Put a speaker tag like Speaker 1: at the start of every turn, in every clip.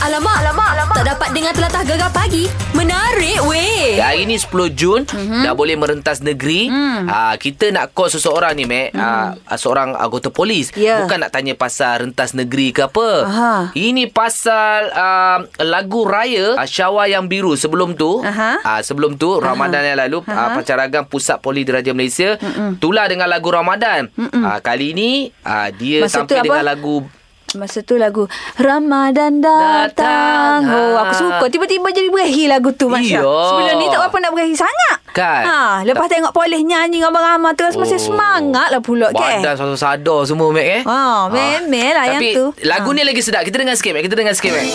Speaker 1: Alamak, alamak, alamak. Tak dapat dengar telatah gegar pagi. Menarik weh.
Speaker 2: Ya, hari ni 10 Jun
Speaker 1: Mhm.
Speaker 2: mm-hmm. dah boleh merentas negeri.
Speaker 1: Hmm.
Speaker 2: Mm. Ha, kita nak call seseorang ni, Mac. Mm. Ha, seorang anggota polis.
Speaker 1: Ya.
Speaker 2: Bukan nak tanya pasal rentas negeri ke apa.
Speaker 1: Aha.
Speaker 2: Ini pasal uh, lagu raya uh, Syawal yang Biru sebelum tu.
Speaker 1: Aha.
Speaker 2: Uh, sebelum tu Ramadan yang lalu uh, pencaragam Pusat Poli Diraja Malaysia Mm-mm. tular dengan lagu Ramadan. Uh, kali ni uh, dia
Speaker 1: Maksud tu
Speaker 2: tampil
Speaker 1: apa?
Speaker 2: dengan lagu
Speaker 1: Masa tu lagu Ramadan datang.
Speaker 2: Datang.
Speaker 1: Oh, aku
Speaker 2: Ha.
Speaker 1: suka. Tiba-tiba jadi berahi lagu tu Masya.
Speaker 2: Iya.
Speaker 1: Sebelum ni tak apa nak berahi sangat.
Speaker 2: Kan?
Speaker 1: Ha, lepas tengok polis nyanyi dengan Abang Rahmat terus oh. masih semangat lah pula ke.
Speaker 2: Badan satu sadar semua Mac eh. Ah.
Speaker 1: Ha, memel lah yang
Speaker 2: Tapi
Speaker 1: tu.
Speaker 2: lagu ni lagi sedap. Kita dengar sikit Mac. Kita dengar sikit Mac.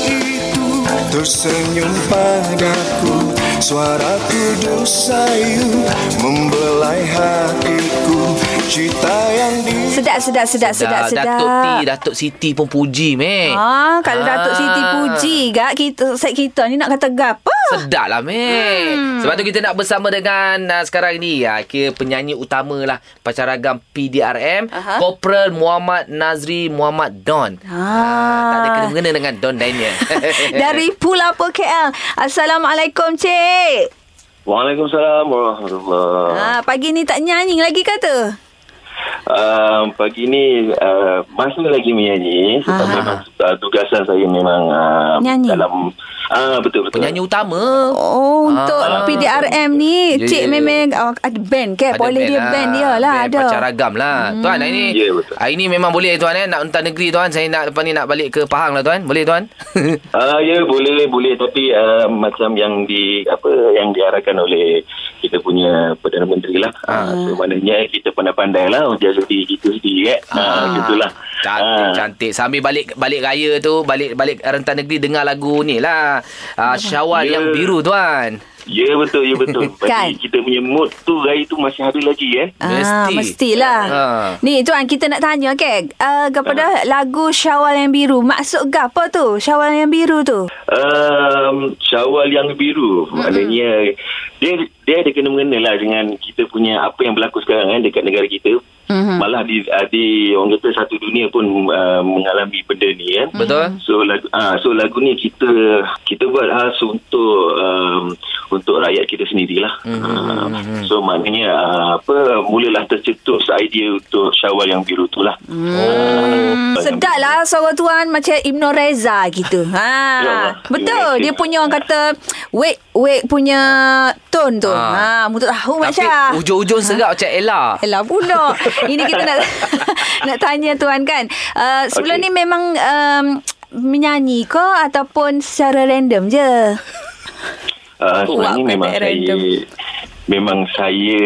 Speaker 3: Tersenyum padaku Suara kudus sayu Membelai hatiku Cita yang di
Speaker 1: Sedap, sedap, sedap, sedap,
Speaker 2: Dah,
Speaker 1: sedap.
Speaker 2: Datuk T, Datuk Siti pun puji, Mek.
Speaker 1: Ah, kalau ah. Datuk Siti
Speaker 2: Ah.
Speaker 1: puji gak kita set kita ni nak kata gapa?
Speaker 2: Sedap lah, Mek. Hmm. Sebab tu kita nak bersama dengan uh, sekarang ni, uh, kira penyanyi utama lah, pacaragam PDRM,
Speaker 1: Aha.
Speaker 2: Corporal Muhammad Nazri Muhammad Don.
Speaker 1: Ah.
Speaker 2: tak ada kena-mengena dengan Don Daniel.
Speaker 1: Dari Pulapa KL. Assalamualaikum, Cik.
Speaker 4: Waalaikumsalam warahmatullahi
Speaker 1: Ah, pagi ni tak nyanyi lagi kata?
Speaker 4: um, Pagi ni uh, masih lagi menyanyi Sebab
Speaker 1: Ah.
Speaker 4: memang uh, tugasan saya memang uh,
Speaker 1: Nyanyi.
Speaker 4: Dalam uh, Betul-betul
Speaker 2: Penyanyi utama.
Speaker 1: Oh, untuk
Speaker 2: Ah.
Speaker 1: PDRM ni,
Speaker 2: Ya,
Speaker 1: Cik
Speaker 2: ya, ya.
Speaker 1: memang oh, ada band ke?
Speaker 2: Ada ah.
Speaker 1: Boleh dia band dia lah,
Speaker 2: band
Speaker 1: ada.
Speaker 2: Pacaragam lah. Hmm. Tuan, hari ni,
Speaker 4: Ya, betul.
Speaker 2: hari ni memang boleh tuan eh. Nak hentas negeri tuan. Saya nak lepas ni nak balik ke Pahang lah tuan. Boleh tuan?
Speaker 4: Ah ya boleh boleh tapi uh, macam yang di apa yang diarahkan oleh kita punya perdana menteri lah. Ah so, maknanya kita pandai-pandai lah jaga diri kita sendiri kan. Ah, gitulah.
Speaker 2: Cantik,
Speaker 4: Ah.
Speaker 2: cantik. Sambil balik balik raya tu, balik balik rentan negeri dengar lagu ni lah. Uh, Syawal
Speaker 4: Ya.
Speaker 2: yang biru tuan.
Speaker 4: Ya betul ya betul.
Speaker 1: Kan?
Speaker 4: Bagi kita punya mood tu raya tu masih ada lagi kan.
Speaker 1: Ah,
Speaker 2: Mesti.
Speaker 1: mestilah.
Speaker 2: Ah.
Speaker 1: Ni tuan kita nak tanya ke uh, kepada lagu Syawal yang biru. Maksud apa tu? Syawal yang biru tu.
Speaker 4: um, Syawal yang biru maknanya dia dia ada kena mengena lah dengan kita punya apa yang berlaku sekarang kan dekat negara kita
Speaker 1: Mhm.
Speaker 4: malah di, ah, di orang kata satu dunia pun uh, mengalami benda ni kan
Speaker 2: Mm-hmm. Betul?
Speaker 1: Hmm.
Speaker 4: so lagu ah so lagu ni kita kita buat khas untuk um, untuk rakyat kita sendirilah Ah, so maknanya ah, apa mulalah tercetus idea untuk Syawal yang biru tu lah
Speaker 1: Hmm,
Speaker 4: Ah,
Speaker 1: sedap lah suara tuan macam Ibnu Reza gitu.
Speaker 4: Ya Allah. lah.
Speaker 1: Ha.
Speaker 4: Terima
Speaker 1: Betul.
Speaker 4: kasih.
Speaker 1: Dia punya orang kata wake wake punya tone tu. Ha,
Speaker 2: Ah.
Speaker 1: mutu tahu
Speaker 2: Tapi
Speaker 1: macam.
Speaker 2: ujung-ujung serap macam Ella.
Speaker 1: Elah pula. Ini kita nak nak tanya tuan kan. Uh, sebelum
Speaker 4: Okey.
Speaker 1: ni memang um, menyanyi ke ataupun secara random je? Wah,
Speaker 4: Uh, sebenarnya
Speaker 1: pandai
Speaker 4: memang saya
Speaker 1: random.
Speaker 4: memang saya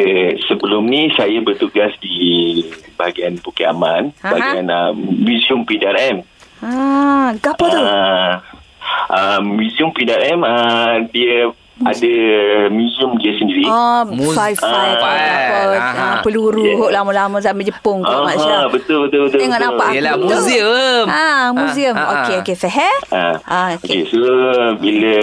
Speaker 4: sebelum ni saya bertugas di bahagian Bukit Aman,
Speaker 1: Aha.
Speaker 4: bahagian uh, Museum PDRM.
Speaker 1: Ha, gapo tu?
Speaker 4: Uh, uh, Museum PDRM uh, dia ada museum dia sendiri.
Speaker 1: Oh,
Speaker 2: Muz-
Speaker 1: fai-fai ke
Speaker 4: Ah,
Speaker 1: apa,
Speaker 2: aha.
Speaker 1: ah, peluru yeah.
Speaker 4: Yeah.
Speaker 1: lama-lama sampai Jepung ke Mak Syah.
Speaker 4: Aha, betul betul betul.
Speaker 1: Tengok
Speaker 4: betul.
Speaker 1: nampak
Speaker 2: Yelah,
Speaker 1: Betul.
Speaker 2: museum.
Speaker 1: Ah, museum.
Speaker 2: Ah, ah,
Speaker 1: okey,
Speaker 2: ah.
Speaker 1: okey, faham?
Speaker 4: Ah,
Speaker 1: Ah, okey.
Speaker 4: okay. okay, so bila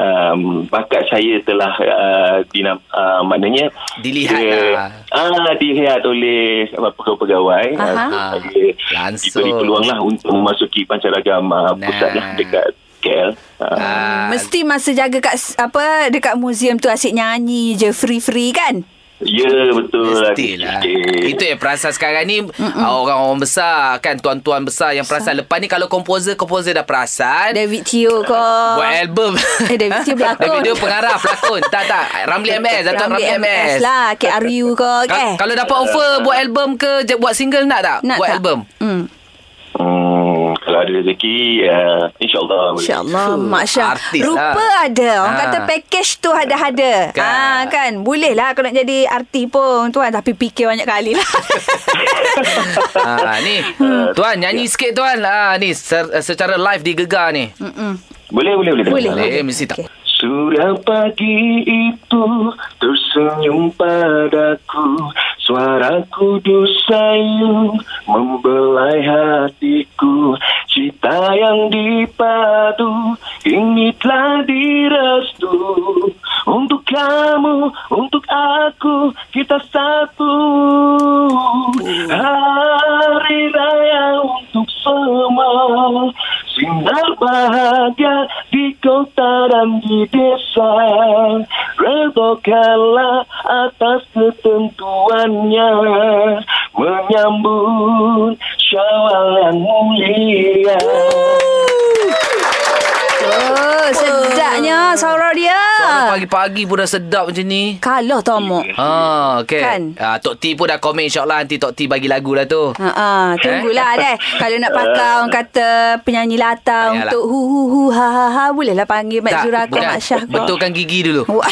Speaker 4: um, bakat saya telah uh, dinam, uh, maknanya
Speaker 2: Dilihat
Speaker 4: dia,
Speaker 2: lah.
Speaker 4: ah dilihat oleh apa, pegawai-pegawai
Speaker 1: Aha.
Speaker 4: Ah, saya
Speaker 2: Langsung.
Speaker 4: diberi peluang lah untuk memasuki pancaragam uh, pusat
Speaker 2: Nah.
Speaker 4: lah dekat KL. Ah.
Speaker 2: Ah,
Speaker 1: Mesti masa jaga kat s- apa dekat museum tu asyik nyanyi je free-free kan?
Speaker 4: Ya betul
Speaker 2: Mestilah
Speaker 4: Sikit-sikit.
Speaker 2: lah. Itu yang perasan sekarang ni ah, Orang-orang besar Kan tuan-tuan besar Yang perasan Lepas ni kalau komposer Komposer dah perasan
Speaker 1: David Teo ke?
Speaker 2: Buat album
Speaker 1: Eh, David Teo pelakon.
Speaker 2: David Teo pengarah pelakon Tak tak Ramli MS Datuk Ramli, MS,
Speaker 1: lah, KRU ke,
Speaker 2: Ka-
Speaker 1: okay?
Speaker 2: Kalau dapat offer Buat album ke je- Buat single nak tak?
Speaker 1: eh. Nak
Speaker 2: buat
Speaker 1: tak?
Speaker 2: album
Speaker 1: Hmm.
Speaker 4: Hmm, kalau ada rezeki, uh, insyaAllah. boleh.
Speaker 1: InsyaAllah Mak Syah
Speaker 2: artis
Speaker 1: Rupa
Speaker 2: lah.
Speaker 1: ada Orang
Speaker 2: Ha.
Speaker 1: kata package tu ada-ada kan.
Speaker 2: Kan.
Speaker 1: Ha, kan Boleh lah Kalau nak jadi artis pun Tuan tapi fikir banyak kali lah
Speaker 2: ha, Ni Tuan nyanyi sikit tuan ha, Ni ser- secara live di Gegar ni
Speaker 4: Boleh, boleh, boleh.
Speaker 1: Boleh.
Speaker 2: Eh mesti tak
Speaker 1: Okey.
Speaker 4: Surau pagi itu tersenyum padaku Suara kudus sayu membelai hatiku Cita yang dipadu ini telah direstu Untuk kamu, untuk aku, kita satu Hari raya untuk semua Sinar bahagia
Speaker 5: Bahagia di kota dan di desa Redokanlah atas ketentuannya Menyambut syawal yang mulia
Speaker 1: Oh, sedapnya suara dia.
Speaker 2: Suara pagi-pagi pun dah sedap macam ni.
Speaker 1: Kalah tomok.
Speaker 2: Ha, okay.
Speaker 1: Kan?
Speaker 2: Ah, Tok T pun dah komen insyaAllah nanti Tok T bagi lagu lah tu.
Speaker 1: Ha ah, tunggulah deh. Kalau nak pakai orang kata penyanyi latar
Speaker 2: Yalah.
Speaker 1: untuk hu hu hu ha ha ha bolehlah panggil Mak Zura ke
Speaker 2: bukan.
Speaker 1: Mak Syah Oh. ke.
Speaker 2: Betulkan gigi dulu.
Speaker 1: Wah.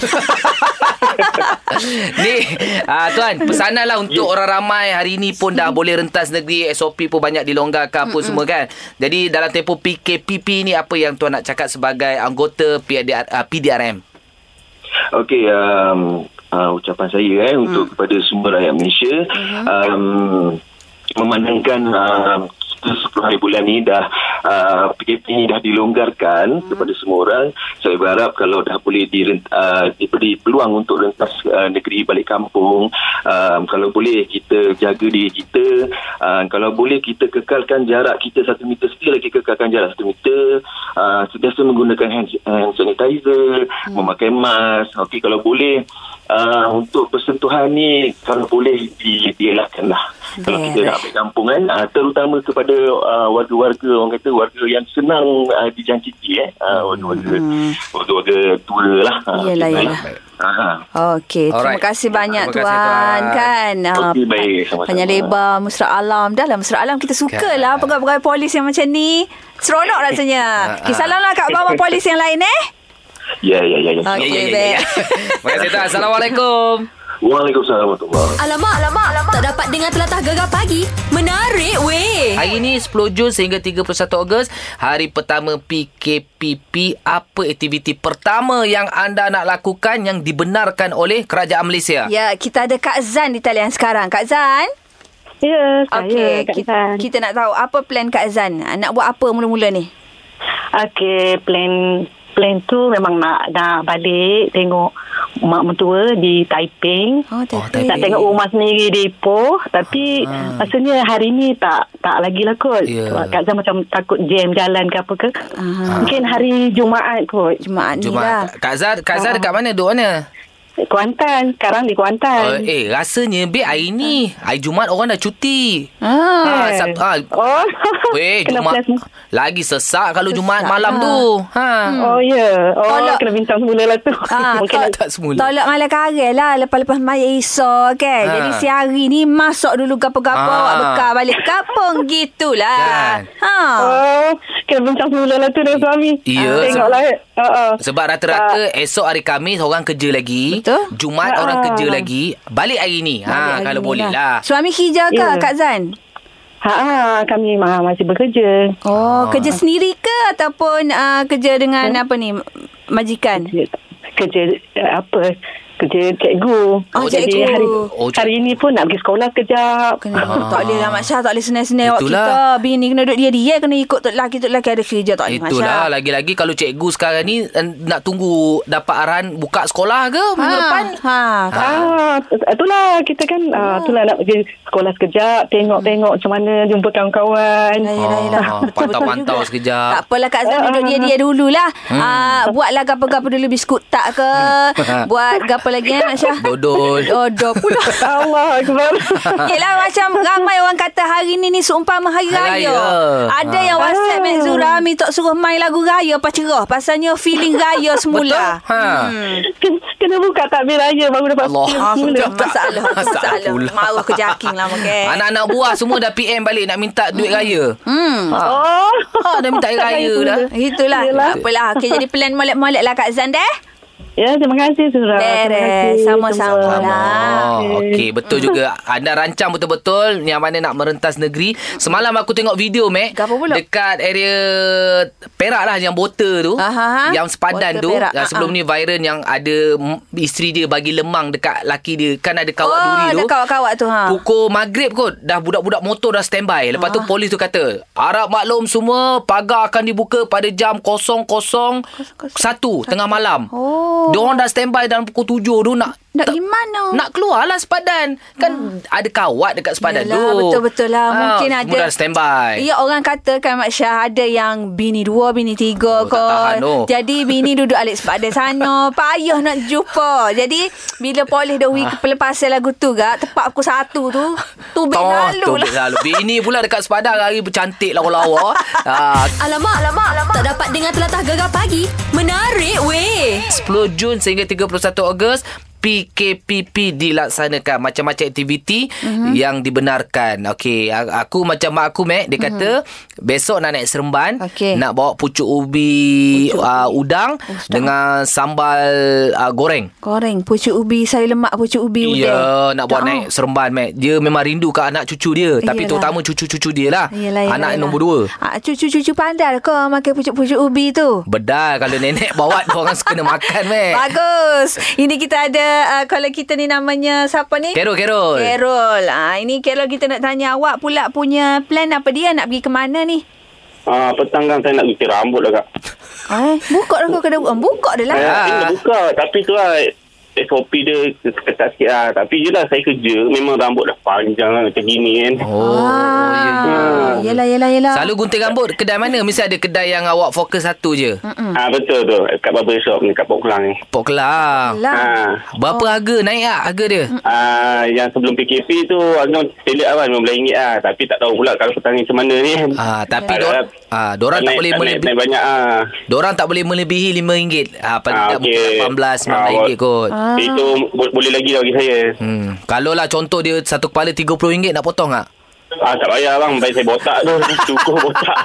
Speaker 2: ni ah, Tuan Pesananlah untuk yeah. orang ramai Hari ni pun dah
Speaker 1: Hmm.
Speaker 2: boleh rentas negeri SOP pun banyak dilonggarkan Apa semua kan Jadi dalam tempoh PKPP ni Apa yang Tuan nak cakap sebagai Anggota PDR, ah, PDRM
Speaker 4: Okey, um, uh, ucapan saya eh, untuk kepada semua rakyat Malaysia um, memandangkan uh, kita 10 hari bulan ni dah uh, PKP ni dah dilonggarkan kepada semua orang saya berharap kalau dah boleh dirent, uh, diberi peluang untuk rentas uh, negeri balik kampung um, kalau boleh kita jaga diri kita uh, kalau boleh kita kekalkan jarak kita satu meter sekali lagi kekalkan jarak satu meter uh, sentiasa menggunakan hand, hand sanitizer
Speaker 1: Hmm.
Speaker 4: memakai mask okey kalau boleh uh, untuk persentuhan ni kalau boleh di, dielakkan lah kalau kita
Speaker 1: Baik.
Speaker 4: nak balik kampung kan uh, terutama kepada uh, warga-warga orang kata warga yang senang uh, dijangkiti eh uh, warga-warga warga-warga tua lah Ah,
Speaker 1: Hmm. Yelah,
Speaker 4: gitu
Speaker 1: yelah.
Speaker 4: lah. Aha.
Speaker 1: Okey, terima
Speaker 2: Alright.
Speaker 1: kasih banyak
Speaker 2: Terima
Speaker 1: terima
Speaker 2: kasih,
Speaker 1: tuan.
Speaker 2: Tuan.
Speaker 1: kan. Ah,
Speaker 4: Okey, baik. Sama-sama.
Speaker 1: Penyelebar Mesra Alam. Dah lah Mesra Alam kita suka lah
Speaker 2: Kan.
Speaker 1: pegawai-pegawai polis yang macam ni. Seronok rasanya.
Speaker 2: ah.
Speaker 1: Okey, salam lah kat abang-abang polis yang lain eh.
Speaker 4: ya ya ya ya
Speaker 1: Okey, baik.
Speaker 2: Terima kasih Tuan Assalamualaikum
Speaker 4: Waalaikumsalam warahmatullahi
Speaker 6: Alamak, alamak, alamak. Tak dapat dengar telatah gegar pagi. Menarik weh.
Speaker 1: Eh.
Speaker 2: Hari ni 10 Jun sehingga 31 Ogos Hari pertama PKPP Apa aktiviti pertama yang anda nak lakukan Yang dibenarkan oleh Kerajaan Malaysia
Speaker 1: Ya, kita ada Kak Zan di talian sekarang. Kak Zan.
Speaker 7: Ya, saya
Speaker 1: Okey,
Speaker 7: Kak
Speaker 1: kita,
Speaker 7: Zan.
Speaker 1: kita nak tahu apa plan Kak Zan? Ah, Nak buat apa mula-mula ni?
Speaker 7: Okey, plan plan tu memang nak nak balik tengok mak mentua di Taiping.
Speaker 1: Oh,
Speaker 2: Taipei.
Speaker 1: tapi
Speaker 7: Nak tengok rumah sendiri di Ipoh Tapi
Speaker 2: Ah.
Speaker 7: Maksudnya hari ni tak Tak lagi lah kot
Speaker 2: Ya.
Speaker 7: Sebab Kak Zah macam takut jam jalan ke apa ke
Speaker 1: Ah.
Speaker 7: Mungkin hari Jumaat kot
Speaker 1: Jumaat ni Ah. lah.
Speaker 2: Cuma Kak Zar Kak Zar dekat mana Duduk mana
Speaker 7: Kuantan Sekarang di
Speaker 2: Uh,
Speaker 1: Kan.
Speaker 7: Kuantan
Speaker 2: eh rasanya Beb hari ni Hari Jumaat orang dah cuti
Speaker 1: Ah,
Speaker 2: Ah, Sab- ah.
Speaker 7: Oh
Speaker 2: Weh
Speaker 7: Kena
Speaker 2: Jumaat
Speaker 7: plus
Speaker 2: Lagi sesak kalau Jumaat malam
Speaker 1: ha.
Speaker 2: tu Ha
Speaker 1: Hmm.
Speaker 7: Oh ya yeah. Oh
Speaker 1: Tolak.
Speaker 7: kena bintang semula lah tu
Speaker 1: Ah,
Speaker 7: Mungkin
Speaker 2: tak- tak semula.
Speaker 1: Tolak malam karel lah Lepas-lepas mayat iso kan
Speaker 2: Ah.
Speaker 1: ha. Jadi si hari ni Masak dulu gapa-gapa
Speaker 2: Ah.
Speaker 1: Awak bekal balik kampung Gitulah
Speaker 2: Kan.
Speaker 1: ha.
Speaker 7: Oh Kena bincang semula lah tu dengan suami
Speaker 2: Ya,
Speaker 7: Ah, Tengoklah uh,
Speaker 2: Sebab rata-rata esok hari Khamis orang kerja lagi.
Speaker 1: Ah. Betul.
Speaker 2: Jumaat
Speaker 7: Ah.
Speaker 2: orang kerja lagi. Balik hari ni.
Speaker 1: Balik
Speaker 2: ha
Speaker 1: hari
Speaker 2: kalau
Speaker 1: ni
Speaker 2: boleh lah.
Speaker 1: Suami hijau ke
Speaker 7: Ya.
Speaker 1: Kak Zan?
Speaker 7: Ha, ha, kami ma- masih bekerja.
Speaker 1: Oh
Speaker 2: Ah.
Speaker 1: kerja sendiri ke Ataupun uh, kerja dengan
Speaker 7: Ya.
Speaker 1: apa ni Majikan
Speaker 7: Kerja, kerja eh, apa? Kerja cikgu.
Speaker 1: Oh,
Speaker 7: Jadi
Speaker 1: cikgu.
Speaker 7: Hari,
Speaker 2: Oh,
Speaker 7: oh,
Speaker 2: cik-
Speaker 7: hari ni pun nak pergi sekolah kejap.
Speaker 1: Kena,
Speaker 2: Ah.
Speaker 1: Tak boleh lah Mak Syah Tak boleh senai-senai awak
Speaker 2: Itulah.
Speaker 1: kita Bini kena duduk dia-dia Kena ikut tok lelaki Tok lelaki ada kerja Tak boleh Mak Syah
Speaker 2: Itulah lah. lagi-lagi kalau cikgu sekarang ni eh, nak tunggu dapat arahan buka sekolah ke minggu
Speaker 1: ha.
Speaker 2: depan.
Speaker 1: ha.
Speaker 2: Ha.
Speaker 7: Ah, itulah kita kan ah, itulah nak pergi sekolah sekejap, tengok-tengok macam mana jumpa
Speaker 1: Yelah,
Speaker 7: kawan-kawan.
Speaker 1: yelah, yelah.
Speaker 2: Ah,
Speaker 1: Betul, betul
Speaker 2: pantau-pantau
Speaker 1: juga.
Speaker 2: sekejap.
Speaker 1: Tak apalah Kak Zan duduk dia-dia dululah. Hmm. Ah, buatlah gapa-gapa dulu biskut tak ke.
Speaker 2: Hmm.
Speaker 1: Buat gapa lagi eh Masya?
Speaker 2: Dodol.
Speaker 1: Dodol pula.
Speaker 7: Ah, Allah akbar.
Speaker 1: Yelah macam ramai orang kata hari ni ni seumpama hari
Speaker 2: Hari
Speaker 1: raya.
Speaker 2: raya. Ah.
Speaker 1: Ada yang WhatsApp Mek Zura Ami tak suruh main lagu raya pas cerah. Pasalnya feeling raya semula. Hmm.
Speaker 2: Betul? Ha.
Speaker 7: Kena- Kena buka takbir raya baru dapat
Speaker 2: Allah.
Speaker 7: feel
Speaker 1: Ah,
Speaker 7: semula.
Speaker 1: betul. masalah, masalah.
Speaker 2: pula.
Speaker 1: Marah ke jaking lah, okay.
Speaker 2: Anak-anak buah semua dah PM balik nak minta duit raya.
Speaker 1: Hmm.
Speaker 2: Ha.
Speaker 7: Oh.
Speaker 2: ha dah minta air raya dah.
Speaker 1: lah. Itulah.
Speaker 7: Yelah.
Speaker 1: Apalah. Okay, jadi plan molek-molek lah Kak Zan deh.
Speaker 7: Ya, terima kasih Surah. Terima
Speaker 1: Beres.
Speaker 7: kasih. Ya.
Speaker 1: Sama-sama lah.
Speaker 2: Oh, okey betul juga anda rancang betul-betul yang mana nak merentas negeri. Semalam aku tengok video Mac
Speaker 1: Apa pula?
Speaker 2: dekat area Perak lah yang botol tu
Speaker 1: Aha.
Speaker 2: yang sepadan
Speaker 1: Botol
Speaker 2: tu
Speaker 1: Perak. Ha,
Speaker 2: yang sebelum
Speaker 1: Ha-ha.
Speaker 2: ni viral yang ada mm, isteri dia bagi lemang dekat laki dia kan ada kawat
Speaker 1: Oh,
Speaker 2: duri tu.
Speaker 1: ada kawat-kawat tu, ha.
Speaker 2: Pukul maghrib kot dah budak-budak motor dah standby. Lepas
Speaker 1: Ah.
Speaker 2: tu polis tu kata, "Harap maklum semua pagar akan dibuka pada jam 00.01 tengah malam."
Speaker 1: Oh. Oh.
Speaker 2: Dia orang dah standby dalam pukul 7 tu nak
Speaker 1: Nak
Speaker 2: tak-
Speaker 1: pergi mana?
Speaker 2: Nak keluarlah sepadan. Kan ada kawat dekat sepadan
Speaker 1: Yalah,
Speaker 2: tu.
Speaker 1: Ah. Betul-betul lah.
Speaker 2: Ha,
Speaker 1: Mungkin
Speaker 2: semua
Speaker 1: ada.
Speaker 2: dah standby.
Speaker 1: Ya, orang katakan Mak Syah ada yang bini dua, bini tiga
Speaker 2: Oh, tak
Speaker 1: kot.
Speaker 2: tahan tu.
Speaker 1: Jadi, bini duduk alik sebab ada sana. Payah nak jumpa. Jadi, bila polis dah pergi
Speaker 2: Ah.
Speaker 1: pelepasan lagu tu gak, tepat pukul satu tu, tu bel lalu
Speaker 2: tu
Speaker 1: lah.
Speaker 2: beg lalu. Bini pula dekat sepadan hari bercantik lawa-lawa. ha,
Speaker 6: Alamak, alamak, alamak. Tak dapat dengar telatah gegar pagi. Menarik weh.
Speaker 2: 10 Jun sehingga 31 Ogos PKPP dilaksanakan macam-macam aktiviti
Speaker 1: Mhm.
Speaker 2: mm-hmm. yang dibenarkan. Okey, a- aku macam mak aku Mac dia kata mm-hmm. besok nak naik seremban
Speaker 1: Mhm. Okey.
Speaker 2: nak bawa pucuk ubi, pucuk uh, udang dengan sambal uh, goreng.
Speaker 1: Goreng, pucuk ubi, sayur lemak, pucuk ubi
Speaker 2: Ya,
Speaker 1: udang.
Speaker 2: nak buat
Speaker 1: Tak, oh. lah.
Speaker 2: naik seremban Mac. Dia memang rindu ke anak cucu dia, tapi
Speaker 1: Iyalah.
Speaker 2: terutama cucu-cucu dia lah.
Speaker 1: Yelah, yelah,
Speaker 2: anak
Speaker 1: yelah.
Speaker 2: nombor dua.
Speaker 1: Ah, cucu-cucu pandai kau makan pucuk-pucuk ubi tu.
Speaker 2: Bedal kalau nenek bawa orang kena makan meh.
Speaker 1: Bagus. Ini kita ada uh, kalau kita ni namanya siapa ni?
Speaker 2: Carol, Carol.
Speaker 1: Carol. Ah ini Carol kita nak tanya awak pula punya plan apa dia nak pergi ke mana ni?
Speaker 8: Ah, petang kan saya nak cuci rambut lah kak.
Speaker 1: Eh, buka dah kau kedai buka. Buka dah lah.
Speaker 8: Saya
Speaker 2: Ah.
Speaker 8: ah. nak buka tapi tu lah SOP dia ketat sikit lah. Tapi je lah saya kerja memang rambut dah panjang lah macam gini kan.
Speaker 2: Oh, ya, ya.
Speaker 1: Ah, yelah, yelah, yelah.
Speaker 2: Selalu gunting rambut kedai mana? Mesti ada kedai yang awak fokus satu je.
Speaker 8: Ah, betul tu. Kat barber shop ni, kat Pok Kelang ni.
Speaker 2: Pok Kelang.
Speaker 1: Lah.
Speaker 8: Ah.
Speaker 2: Berapa harga naik tak harga dia?
Speaker 8: Ah, yang sebelum PKP tu harga selit lah kan RM15 lah. Tapi tak tahu pula kalau petang ni macam mana ni.
Speaker 2: Ah, tapi
Speaker 8: Ah,
Speaker 2: dor
Speaker 8: dah-
Speaker 2: ah, dorang tak
Speaker 8: naik-
Speaker 2: boleh
Speaker 8: naik,
Speaker 2: melebihi
Speaker 8: naik banyak ah.
Speaker 2: dorang tak boleh melebihi RM5. Ah, paling
Speaker 8: Ah,
Speaker 2: tak mungkin
Speaker 8: okey.
Speaker 2: RM18,
Speaker 8: Ah,
Speaker 2: RM19 kot.
Speaker 8: Ah. Itu bo- boleh lagi lah bagi saya.
Speaker 2: Hmm. Kalau lah contoh dia satu kepala RM30 nak potong tak?
Speaker 8: Ah, tak payah bang. Baik saya botak tu. Cukup botak.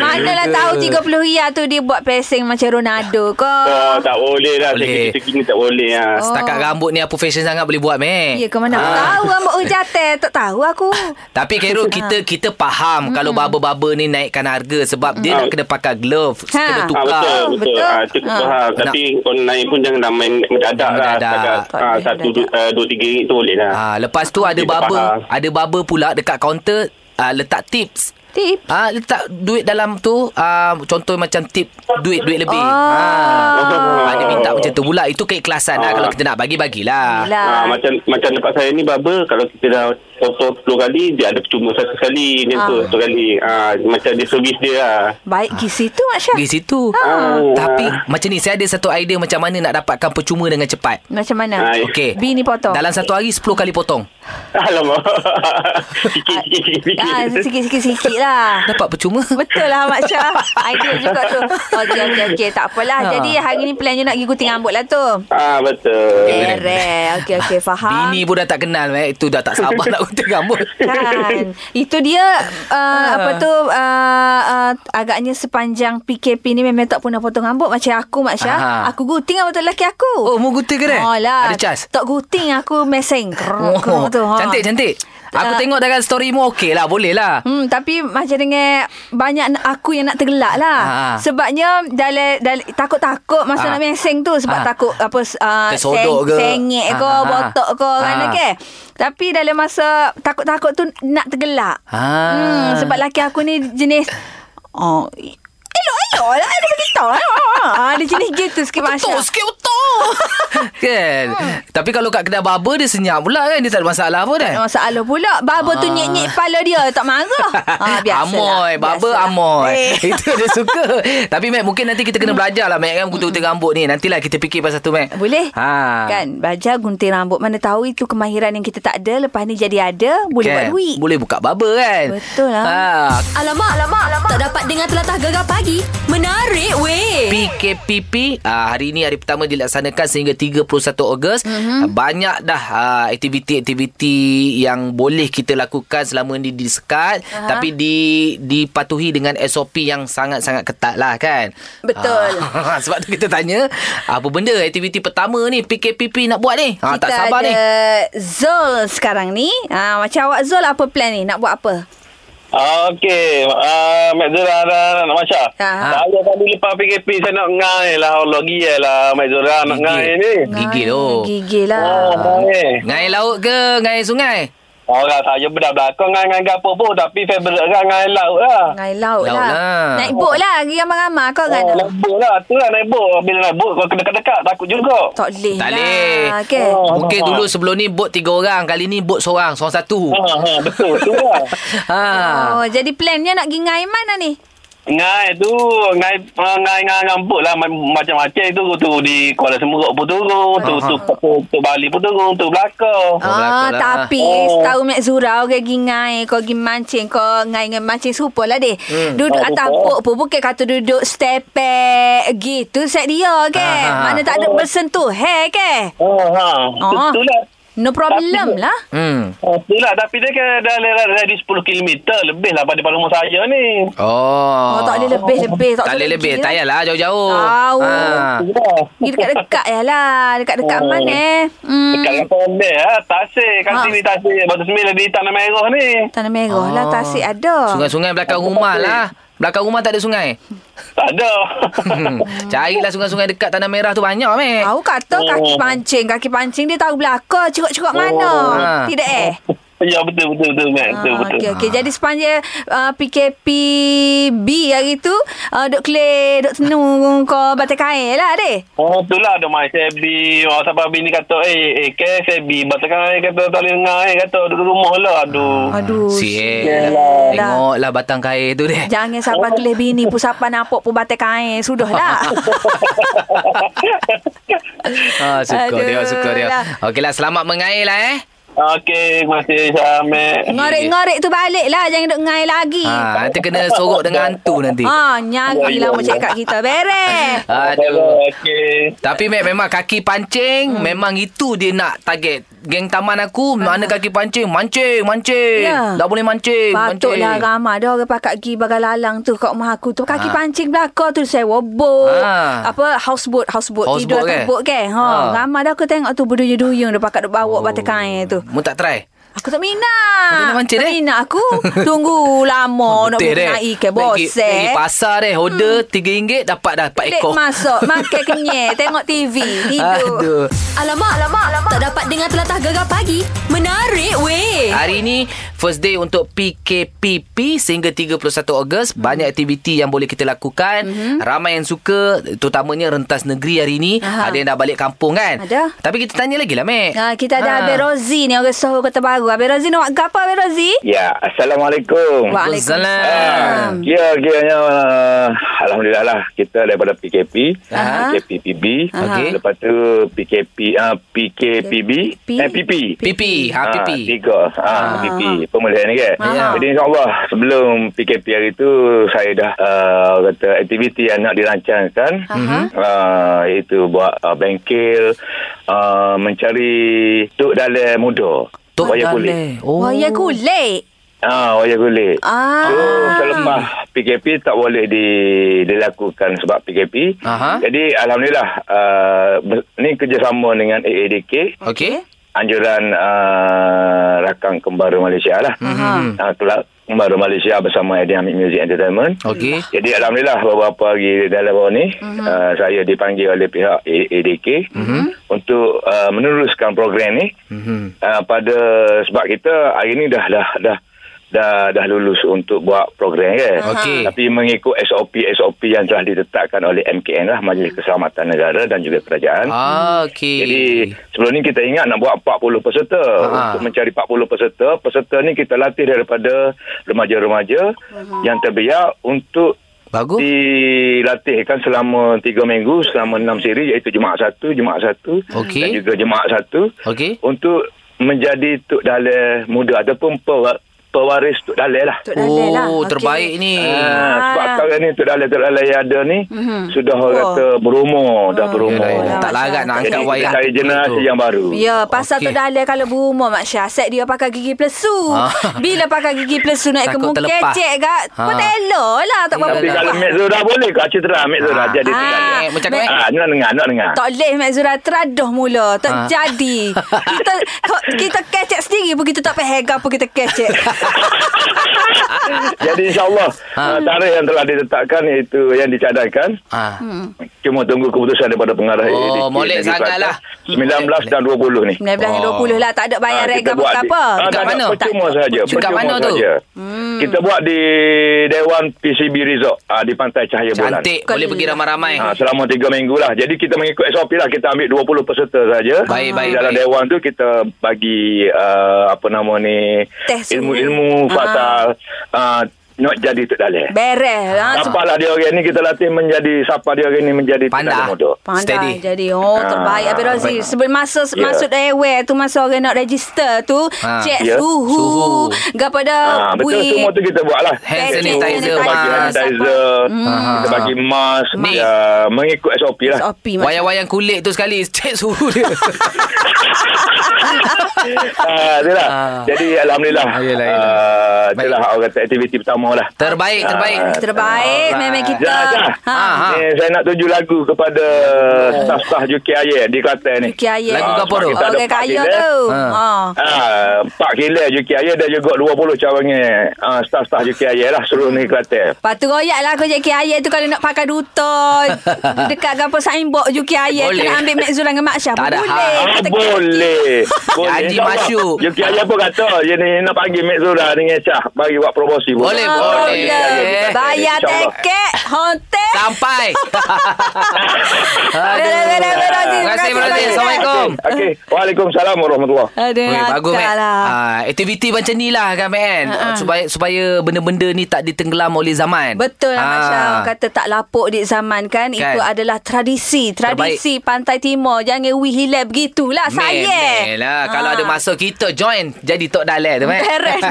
Speaker 1: Manalah tahu RM30 tu dia buat passing macam Ronaldo
Speaker 8: Oh,
Speaker 1: kau.
Speaker 8: tak boleh lah. Saya
Speaker 2: Boleh.
Speaker 8: kerja gini tak boleh lah.
Speaker 1: Oh.
Speaker 2: Setakat rambut ni apa fashion sangat boleh buat, meh. Ah.
Speaker 1: Ya, ke mana? Aku Tahu rambut ujate. Tak tahu aku.
Speaker 2: Tapi Khairul kita kita faham kalau baba-baba ni naikkan harga sebab dia nak kena pakai glove,
Speaker 1: Ha.
Speaker 2: kena
Speaker 1: Ah,
Speaker 8: Ah,
Speaker 2: tukar.
Speaker 8: betul,
Speaker 1: Betul.
Speaker 8: betul. Ah, itu
Speaker 1: Ah.
Speaker 8: ha. faham. Tapi kalau naik pun jangan dah main mendadak lah.
Speaker 2: Mendadak.
Speaker 8: Setakat
Speaker 1: Tak
Speaker 8: ah,
Speaker 1: boleh
Speaker 8: satu,
Speaker 1: mendadak.
Speaker 8: du, uh, dua, tiga ringgit tu boleh lah.
Speaker 2: Ah, lepas tu ada
Speaker 8: Kita
Speaker 2: barber,
Speaker 8: faham.
Speaker 2: ada barber pula dekat kaunter ah, letak tips.
Speaker 1: Tip.
Speaker 2: Ah letak duit dalam tu ah contoh macam tip duit-duit lebih.
Speaker 1: Oh.
Speaker 2: Ah. Ada minta macam tu pula itu keikhlasan lah kalau kita nak bagi
Speaker 8: Ah,
Speaker 2: bagilah.
Speaker 1: Yelah.
Speaker 8: macam macam tempat saya ni barber kalau kita dah potong 10 kali dia ada percuma satu kali dia
Speaker 1: Ah.
Speaker 8: tu satu kali ah, macam dia servis dia lah
Speaker 1: Baik di situ Mak Syah.
Speaker 2: Di situ.
Speaker 1: Oh.
Speaker 8: Ah.
Speaker 2: Tapi macam ni saya ada satu idea macam mana nak dapatkan percuma dengan cepat.
Speaker 1: Macam mana?
Speaker 8: Ah, ya.
Speaker 2: Okey.
Speaker 1: Bini potong.
Speaker 2: Dalam satu hari 10 kali potong.
Speaker 8: alamak sikit-sikit
Speaker 1: Ah, sikit-sikit-sikit lah.
Speaker 2: Dapat percuma.
Speaker 1: Betul lah Mak Syah Idea juga tu Okey okey okey Tak apalah
Speaker 2: Ha.
Speaker 1: ha. Jadi hari ni plan je nak pergi gunting rambut lah tu
Speaker 8: ah betul
Speaker 1: Beres Okey okey faham
Speaker 2: Bini pun dah tak kenal eh. Itu dah tak sabar nak gunting rambut.
Speaker 1: Kan Itu dia
Speaker 2: Ah.
Speaker 1: uh, Apa tu uh, uh, Agaknya sepanjang PKP ni Memang tak pernah potong rambut Macam aku Mak Syah
Speaker 2: Aha.
Speaker 1: Aku guting rambut lelaki aku
Speaker 2: Oh, mu gunting ke dia?
Speaker 1: Oh lah
Speaker 2: Ada cas?
Speaker 1: Tak guting aku meseng Kerok
Speaker 2: Oh,
Speaker 1: kerok tu ha.
Speaker 2: Cantik cantik. Aku
Speaker 1: Tak.
Speaker 2: tengok dalam story mu okey lah. Boleh lah.
Speaker 1: Hmm, tapi macam dengan banyak na- aku yang nak tergelak lah.
Speaker 2: Ha.
Speaker 1: Sebabnya dalam dalam takut-takut masa
Speaker 2: Ha.
Speaker 1: nak meseng tu sebab
Speaker 2: Ha.
Speaker 1: takut apa uh,
Speaker 2: Tersodok ke?
Speaker 1: sengit ke,
Speaker 2: Ha, ha, ha.
Speaker 1: botok ke kan
Speaker 2: Ha.
Speaker 1: okey. Tapi dalam masa takut-takut tu nak tergelak.
Speaker 2: Ha.
Speaker 1: Hmm, sebab laki aku ni jenis oh elok-elok lah dia begitu. Ha, dia jenis gitu sikit Masya. Hmm.
Speaker 2: Betul sikit betul Kan Tapi kalau kat kedai barber Dia senyap pula kan Dia tak ada masalah apa kan
Speaker 1: Tak ada masalah pula Baba tu
Speaker 2: Ah.
Speaker 1: nyik-nyik kepala dia Tak marah ha, Biasalah
Speaker 2: Amoy Barber
Speaker 1: biasalah.
Speaker 2: amoy
Speaker 1: Eh. Hmm.
Speaker 2: Itu dia suka Tapi Mac mungkin nanti kita kena belajar lah Mac kan Kutu-kutu rambut ni Nantilah kita fikir pasal tu Mac
Speaker 1: Boleh
Speaker 2: ha.
Speaker 1: Kan Belajar gunting rambut Mana tahu itu kemahiran yang kita tak ada Lepas ni jadi ada Boleh buat duit
Speaker 2: Kan? Boleh buka barber kan
Speaker 1: Betul lah.
Speaker 2: ha.
Speaker 6: Alamak, alamak, alamak. Tak dapat dengar telatah gegar pagi. Menarik weh.
Speaker 2: PKPP uh, hari ini hari pertama dilaksanakan sehingga 31 Ogos.
Speaker 1: Mhm.
Speaker 2: Mm-hmm. Banyak dah uh, aktiviti-aktiviti yang boleh kita lakukan selama ini di sekat uh-huh. tapi di dipatuhi dengan SOP yang sangat-sangat ketat lah kan.
Speaker 1: Betul.
Speaker 2: Ah, sebab tu kita tanya apa benda aktiviti pertama ni PKPP nak buat ni? Ha,
Speaker 1: Kita
Speaker 2: tak sabar
Speaker 1: ada
Speaker 2: ni.
Speaker 1: Zul sekarang ni ha, Macam awak Zul Apa plan ni Nak buat apa
Speaker 8: Ah, Okey, ah, Mak Zura nak nak macam.
Speaker 1: Ha.
Speaker 2: Ah,
Speaker 8: Saya tadi lepas PKP saya nak ngai lah, Allah gila lah Mak Zura nak ngai ni.
Speaker 2: Gigil oh. tu.
Speaker 1: Gigil lah
Speaker 8: Ah, ngai.
Speaker 2: Ngai laut ke ngai sungai?
Speaker 5: Orang saya bedah belakang ngan gapo pun tapi favorite orang ngan laut
Speaker 8: ah.
Speaker 5: lah.
Speaker 1: Ngai laut,
Speaker 2: Laut
Speaker 1: lah.
Speaker 2: lah.
Speaker 1: Naik bot lah. Pergi ramai-ramai kau kan.
Speaker 5: Oh, naik bot lah. Tu lah naik bot. Bila naik bot, kau kena dekat-dekat. Takut juga.
Speaker 1: Tak boleh
Speaker 2: Tak
Speaker 1: lah.
Speaker 2: boleh.
Speaker 1: Kan?
Speaker 5: Oh.
Speaker 2: Mungkin dulu sebelum ni bot tiga orang. Kali ni bot seorang. Seorang satu.
Speaker 5: Ha, ha, betul. Tu lah.
Speaker 2: Ha.
Speaker 1: Oh, jadi plannya nak pergi ngai mana ni?
Speaker 5: Ngai tu, ngai uh, ngai ngai ngamput lah ma- macam-macam tu tu di Kuala Semerok pun turun, tu tu
Speaker 1: Ha,
Speaker 5: tu, tu Bali pun turun, tu belakang.
Speaker 2: Oh,
Speaker 1: Ah,
Speaker 2: belakang lah.
Speaker 1: tapi
Speaker 5: Ah.
Speaker 1: oh. tahu Mek Zura kau pergi ngai, kau pergi mancing, kau ngai dengan mancing serupa lah deh. Hmm. Duduk
Speaker 5: Ah,
Speaker 1: atas
Speaker 5: rupa.
Speaker 1: pok pun bukan kata duduk stepek gitu set dia kan.
Speaker 2: Ah, ah, ah.
Speaker 1: Mana tak ada bersentuh hair kan.
Speaker 5: Oh, ha. Tu,
Speaker 1: Ah.
Speaker 5: tu lah.
Speaker 1: No problem
Speaker 5: Tapi-
Speaker 1: lah.
Speaker 2: Hmm.
Speaker 5: Oh, tu lah. Tapi dia kan dah dah- dah di 10 km lebih lah pada rumah saya ni.
Speaker 1: Oh,
Speaker 2: Oh.
Speaker 1: tak boleh ya? lebih-lebih.
Speaker 2: Tak boleh lebih. Tak
Speaker 1: payah.
Speaker 2: payahlah jauh-jauh.
Speaker 1: Tahu.
Speaker 2: Ha.
Speaker 5: Tu lah.
Speaker 1: Pergi dekat-dekat ya lah. Dekat-dekat
Speaker 5: Oh.
Speaker 1: mana eh.
Speaker 5: Dekat
Speaker 1: Hmm.
Speaker 5: Kelapa Ondel
Speaker 7: ya?
Speaker 5: ha? Tasik Kat
Speaker 1: Ha.
Speaker 5: sini Tasik Batu Sembilan di Tanah Merah ni
Speaker 1: Tanah merah lah.
Speaker 2: Ah.
Speaker 1: Tasik ada.
Speaker 2: Sungai-sungai belakang rumah lah. Belakang rumah tak ada sungai.
Speaker 5: Tak ada
Speaker 7: Oh.
Speaker 2: Hmm.
Speaker 1: Oh.
Speaker 2: Carilah sungai-sungai dekat Tanah Merah tu banyak, Mek.
Speaker 1: Aku kata kaki
Speaker 5: Oh.
Speaker 1: pancing. Kaki pancing dia tahu belakang. Ceruk-ceruk mana.
Speaker 2: Ah.
Speaker 1: Tidak eh?
Speaker 5: Ya betul betul betul Mat Betul
Speaker 1: Ah,
Speaker 5: betul
Speaker 1: Okey, okey. Jadi sepanjang uh, PKPB hari tu, uh, duk kle, duk tenu kau batai kain lah deh.
Speaker 5: Oh tu lah Ada mai sebi Orang sampai bini kata Eh eh ke sebi Batakan eh kata Tak boleh dengar eh Kata duduk rumah lah Aduh
Speaker 1: Aduh.
Speaker 2: Ha, Sial.
Speaker 1: sial lah.
Speaker 2: Tengoklah batang kair tu deh.
Speaker 1: Jangan sampai tulis bini pun sampai nampak pun batai kain. Sudah dah.
Speaker 2: Ah, suka
Speaker 1: Aduh,
Speaker 2: dia, suka dia.
Speaker 1: lah.
Speaker 2: Okeylah, selamat mengair lah eh.
Speaker 1: Ah.
Speaker 5: Okey Terima kasih Syamat
Speaker 1: Ngorek-ngorek tu balik lah. Jangan duk ngai lagi.
Speaker 2: Ha, nanti kena sorok dengan hantu nanti.
Speaker 1: Ah, nyari lah macam kat kita. Beres.
Speaker 2: Aduh.
Speaker 5: Okey
Speaker 2: Tapi Mek memang kaki pancing hmm. Memang itu dia nak target Geng taman aku Mana kaki pancing Mancing Mancing
Speaker 1: Ah. Ya.
Speaker 2: Tak boleh mancing
Speaker 1: Patutlah
Speaker 2: Eh, mancing.
Speaker 1: ramai dah orang pakai pergi bagai lalang tu kat rumah aku tu. Kaki
Speaker 2: Ha.
Speaker 1: pancing belakang tu sewa boat.
Speaker 2: Ha.
Speaker 1: Apa houseboat, houseboat
Speaker 2: Houseboat
Speaker 1: tidur
Speaker 2: kan?
Speaker 1: atas boat kan. Ha,
Speaker 2: Ha.
Speaker 1: ramai dah aku tengok tu berduyung-duyung dia pakai duk bawa oh. batai kain tu.
Speaker 2: Mu tak try
Speaker 1: Aku tak minat.
Speaker 2: Tak nak mancing,
Speaker 1: tak
Speaker 2: eh?
Speaker 1: minat aku. Tunggu lama nak
Speaker 2: Betul, eh? deh.
Speaker 1: naik ke eh?
Speaker 2: Pergi- Pergi
Speaker 1: bosek.
Speaker 2: pasar deh Order RM3 Dapat dah 4
Speaker 1: Dek
Speaker 2: ekor
Speaker 1: masuk, makan kenyek, tengok TV, tidur.
Speaker 2: Aduh
Speaker 6: Alamak, alamak, alamak. Tak dapat dengar telatah gegar pagi. Menarik weh.
Speaker 2: Hari ini first day untuk PKPP sehingga 31 Ogos.
Speaker 1: Hmm.
Speaker 2: Banyak aktiviti yang boleh kita lakukan. Mm-hmm. Ramai yang suka terutamanya rentas negeri hari ini.
Speaker 1: Aha.
Speaker 2: Ada yang dah balik kampung kan?
Speaker 1: Ada.
Speaker 2: Tapi kita tanya lagi lah, Mek.
Speaker 1: Ha, kita ada ha. Abel Rozi ni orang Johor Kota Baru. Abel Rozi nak buat apa Abel Rozi?
Speaker 9: Ya, Assalamualaikum.
Speaker 2: Waalaikumsalam.
Speaker 9: Kira kiranya uh, alhamdulillah lah kita daripada PKP,
Speaker 1: Aha.
Speaker 9: PKPPB,
Speaker 1: Aha.
Speaker 2: Okey.
Speaker 9: lepas tu PKP uh, PKPB,
Speaker 1: P.
Speaker 9: eh, PP.
Speaker 2: PP, ha, PP.
Speaker 9: Ah, tiga. Ha, PP. Pemulihan ni kan.
Speaker 2: Ya.
Speaker 1: Ah.
Speaker 9: Jadi insyaAllah sebelum PKP hari tu saya dah uh, kata aktiviti yang nak dirancangkan.
Speaker 1: Aha.
Speaker 9: Uh, iaitu buat uh, bengkel, uh, mencari tuk dalam muda.
Speaker 2: Tok
Speaker 9: Wayang kulit.
Speaker 2: Daleh. Oh.
Speaker 1: Wah, ya kulit.
Speaker 9: Ah, wayang kulit.
Speaker 1: Ah.
Speaker 9: So, selepas PKP tak boleh di, dilakukan sebab PKP.
Speaker 2: Aha.
Speaker 9: Jadi, Alhamdulillah, uh, ber- ni kerjasama dengan AADK,
Speaker 2: Okey.
Speaker 9: anjuran uh, rakang kembara Malaysia lah.
Speaker 1: Mhm.
Speaker 9: Uh, kelab kembara Malaysia bersama Dynamic Music Entertainment.
Speaker 2: Okey.
Speaker 9: Jadi Alhamdulillah beberapa hari dalam bawah ni mm-hmm. uh, saya dipanggil oleh pihak A- ADK mm-hmm. untuk uh, meneruskan program ni
Speaker 2: Mhm.
Speaker 9: mm-hmm. uh, pada sebab kita hari ni dah dah dah dah, dah lulus untuk buat program kan.
Speaker 2: Okey.
Speaker 9: Tapi mengikut SOP-SOP yang telah ditetapkan oleh MKN lah Majlis Keselamatan Negara dan juga Kerajaan.
Speaker 2: Ah, Hmm. okey.
Speaker 9: Jadi sebelum ni kita ingat nak buat 40 peserta.
Speaker 2: Ha.
Speaker 9: Untuk mencari 40 peserta, peserta ni kita latih daripada remaja-remaja yang terbiar untuk
Speaker 2: bagus.
Speaker 9: dilatihkan selama 3 minggu selama 6 siri iaitu Jumaat 1, Jumaat 1
Speaker 2: Okey.
Speaker 9: dan juga Jumaat 1
Speaker 2: Okey.
Speaker 9: untuk menjadi tuk dalai muda ataupun pewa- pewaris tuk dalai lah.
Speaker 1: Tok Dalai lah.
Speaker 2: Oh,
Speaker 1: Okey.
Speaker 2: terbaik ni.
Speaker 9: Ah, sebab
Speaker 1: Ah.
Speaker 9: sekarang ni tuk dalai-tuk dalai yang ada ni
Speaker 1: Mhm.
Speaker 9: sudah orang
Speaker 1: Tua.
Speaker 9: kata berumur, dah berumur.
Speaker 2: Yalah,
Speaker 1: Oh,
Speaker 2: tak larat nak angkat
Speaker 9: Jadi,
Speaker 2: wayang.
Speaker 9: Dari generasi yang baru.
Speaker 1: Ya, pasal
Speaker 2: Okey.
Speaker 1: okay. tu dah kalau berumur Mak Syah, set dia pakai gigi pelesu.
Speaker 2: Ah.
Speaker 1: Bila pakai gigi pelesu nak ke
Speaker 2: Takut
Speaker 1: muka
Speaker 2: terlepas.
Speaker 1: kecek gak,
Speaker 2: Ah.
Speaker 1: pun elok lah tak
Speaker 9: Tapi
Speaker 2: Yalah.
Speaker 1: apa-apa.
Speaker 9: kalau Mek Zura boleh ke Citra Mek Zura
Speaker 2: Ah.
Speaker 9: jadi
Speaker 1: Ah.
Speaker 9: tuk dalai.
Speaker 2: Mek, macam
Speaker 9: Ah, nak dengar, nak dengar.
Speaker 1: Tak boleh Mak Zura teraduh mula. Tak
Speaker 2: Ah.
Speaker 1: jadi. Kita ko- kita kecek sendiri pun kita tak faham apa kita kecek.
Speaker 9: Ah, Jadi insyaAllah ha. tarikh yang telah ditetapkan iaitu yang dicadangkan.
Speaker 2: Ah.
Speaker 1: Hmm.
Speaker 9: Cuma tunggu keputusan daripada pengarah
Speaker 2: Oh,
Speaker 9: AADK
Speaker 2: molek lah.
Speaker 9: Negeri
Speaker 2: sangatlah.
Speaker 9: Selatan, 19 dan 20 ni.
Speaker 1: 19 dan 20 lah. Tak ada bayar
Speaker 9: Ah,
Speaker 1: rega
Speaker 9: kita buat di-
Speaker 1: apa-apa.
Speaker 9: Ah,
Speaker 2: Dekat
Speaker 9: tak,
Speaker 2: mana?
Speaker 9: Tak, percuma saja.
Speaker 2: Dekat
Speaker 9: percuma
Speaker 2: mana tu?
Speaker 9: sahaja. Kita buat di Dewan PCB Resort ah, di Pantai Cahaya Bulan.
Speaker 2: Cantik. Boleh pergi ramai-ramai.
Speaker 1: Ah,
Speaker 9: Ha, selama tiga minggu lah. Jadi kita mengikut SOP lah. Kita ambil 20 peserta saja.
Speaker 2: Baik, baik,
Speaker 9: Di dalam
Speaker 2: baik.
Speaker 9: dewan tu kita bagi uh, apa nama ni.
Speaker 1: Teh semua.
Speaker 9: Ilmu-ilmu fatal. Uh, not jadi tak dalih.
Speaker 1: Beres. Ha,
Speaker 9: Sapalah dia orang ni kita latih menjadi sapa dia orang ni menjadi
Speaker 2: Pandai.
Speaker 9: tukang modal.
Speaker 1: Pandai
Speaker 2: Steady.
Speaker 1: jadi Oh terbaik
Speaker 9: Ah,
Speaker 1: Abang Rozi
Speaker 9: baik.
Speaker 1: Sebelum masa yeah.
Speaker 9: Ya.
Speaker 1: Masuk airware tu Masa orang nak register tu
Speaker 2: Ah.
Speaker 1: Cek
Speaker 9: Ya.
Speaker 1: suhu
Speaker 2: Suhu.
Speaker 1: Gapada
Speaker 9: Ah, betul
Speaker 1: bui-
Speaker 9: semua tu kita buat lah.
Speaker 2: Hand
Speaker 1: Hand
Speaker 2: sanitizer,
Speaker 1: sanitizer,
Speaker 9: Kita bagi hand
Speaker 2: mask.
Speaker 9: sanitizer.
Speaker 2: Hmm.
Speaker 9: Kita bagi mask.
Speaker 2: Mask.
Speaker 9: Ya, mengikut SOP lah.
Speaker 1: SOP macam
Speaker 2: Wayang-wayang kulit tu sekali Cek suhu dia
Speaker 9: Ah, itulah.
Speaker 2: Ah.
Speaker 9: Jadi alhamdulillah.
Speaker 2: Ah, yelah, yelah.
Speaker 9: Ah, itulah
Speaker 2: Baik.
Speaker 9: orang kata aktiviti pertama lah.
Speaker 2: Terbaik Terbaik
Speaker 9: Ah. ya,
Speaker 1: Terbaik Memang kita
Speaker 9: Dah, dah.
Speaker 1: ha.
Speaker 2: Ah, ah.
Speaker 9: Ni, saya nak tuju lagu kepada staf-staf UKIA di Kelantan ni.
Speaker 1: Kaya
Speaker 2: Lagu
Speaker 9: Ah,
Speaker 2: gapo
Speaker 9: sebab
Speaker 2: tu?
Speaker 9: kita ada
Speaker 1: Orang
Speaker 9: Pak eh.
Speaker 1: kaya
Speaker 9: Killer.
Speaker 1: tu
Speaker 2: Ah.
Speaker 1: ha.
Speaker 9: Ah, Pak Killer UKIA dan juga 20 cawangan ah, staf-staf UKIA lah seluruh negeri Kelantan.
Speaker 1: Lepas tu royak lah kau jek air tu kalau nak pakai duta dekat gapo signboard juki air
Speaker 2: Boleh.
Speaker 1: kena ambil Mek Zul dengan Mak Syah.
Speaker 2: Tak ada
Speaker 1: Boleh.
Speaker 2: hal.
Speaker 9: Ah,
Speaker 1: Kita
Speaker 9: boleh. boleh.
Speaker 2: Haji
Speaker 9: Ya, InsyaAllah.
Speaker 2: Masyuk.
Speaker 9: UKIA pun kata, dia ni nak panggil Mek Zura dengan Syah bagi buat promosi. pun.
Speaker 2: Boleh,
Speaker 1: Ah,
Speaker 2: boleh.
Speaker 1: boleh.
Speaker 2: Boleh.
Speaker 1: Bayar
Speaker 9: InsyaAllah.
Speaker 1: tiket hontek.
Speaker 2: Sampai
Speaker 1: Boleh, boleh, boleh, boleh, Rozi.
Speaker 2: Terima kasih Bro Rozi. Assalamualaikum
Speaker 9: Okey. Waalaikumsalam warahmatullahi
Speaker 1: Ada
Speaker 2: Weh, bagus Mat.
Speaker 1: lah.
Speaker 2: Ah, aktiviti macam ni lah kan Mat kan. Supaya supaya benda-benda ni tak ditenggelam oleh zaman.
Speaker 1: Betul lah
Speaker 2: Ah.
Speaker 1: Masya Orang kata tak lapuk di zaman kan, Itu
Speaker 2: Kan.
Speaker 1: adalah tradisi Tradisi Pantai Timur Jangan we hilap begitulah
Speaker 2: Meh, meh
Speaker 1: Saya
Speaker 2: lah. Kalau
Speaker 1: Ah.
Speaker 2: ada masa kita join jadi tok dalek tu Mat.
Speaker 1: Beres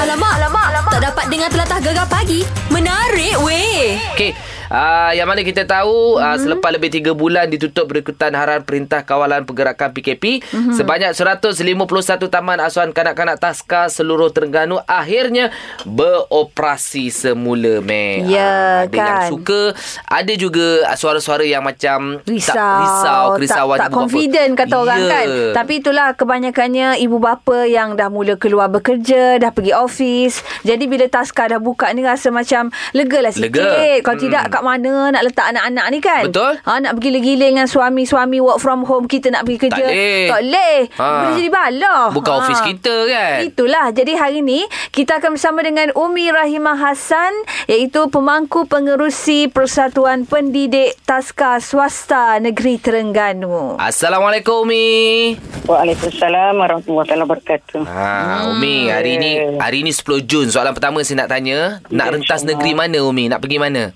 Speaker 6: Alamak, alamak, alamak. Tak dapat dengar telatah gegar pagi. Menarik weh.
Speaker 2: Okey, uh, yang mana kita tahu
Speaker 1: Mhm.
Speaker 2: mm-hmm. uh, selepas lebih 3 bulan ditutup berikutan haran Perintah Kawalan Pergerakan PKP,
Speaker 1: Mhm.
Speaker 2: mm-hmm. sebanyak 151 taman asuhan kanak-kanak taska seluruh Terengganu akhirnya beroperasi semula, Mek.
Speaker 1: Ya,
Speaker 2: Ah, ada yang
Speaker 1: kan.
Speaker 2: suka, ada juga ah, suara-suara yang macam
Speaker 1: Risau
Speaker 2: tak risau, kerisauan
Speaker 1: tak, tak
Speaker 2: ibu bapa.
Speaker 1: confident kata orang
Speaker 2: Ya.
Speaker 1: kan Tapi itulah kebanyakannya Ibu bapa yang dah mula keluar bekerja Dah pergi office Jadi bila taska dah buka ni Rasa macam Lega lah sikit
Speaker 2: Lega. Hmm.
Speaker 1: Kalau tidak kat mana Nak letak anak-anak ni kan
Speaker 2: Betul.
Speaker 1: ha, Nak pergi gila-gila dengan suami-suami Work from home Kita nak pergi kerja
Speaker 2: boleh.
Speaker 1: Tak boleh
Speaker 2: Ha.
Speaker 1: Boleh jadi Ha. bala
Speaker 2: Bukan office kita kan.
Speaker 1: Itulah. Jadi hari ni kita akan bersama dengan Umi Rahimah Hasan iaitu pemangku pengerusi Persatuan Pendidik Taska Swasta Negeri Terengganu.
Speaker 2: Assalamualaikum Umi.
Speaker 7: Waalaikumsalam warahmatullahi wabarakatuh.
Speaker 2: Ha, Umi,
Speaker 7: Hmm.
Speaker 2: hari ni hari ni 10 Jun. Soalan pertama saya nak tanya, nak rentas negeri mana Umi? Nak pergi mana?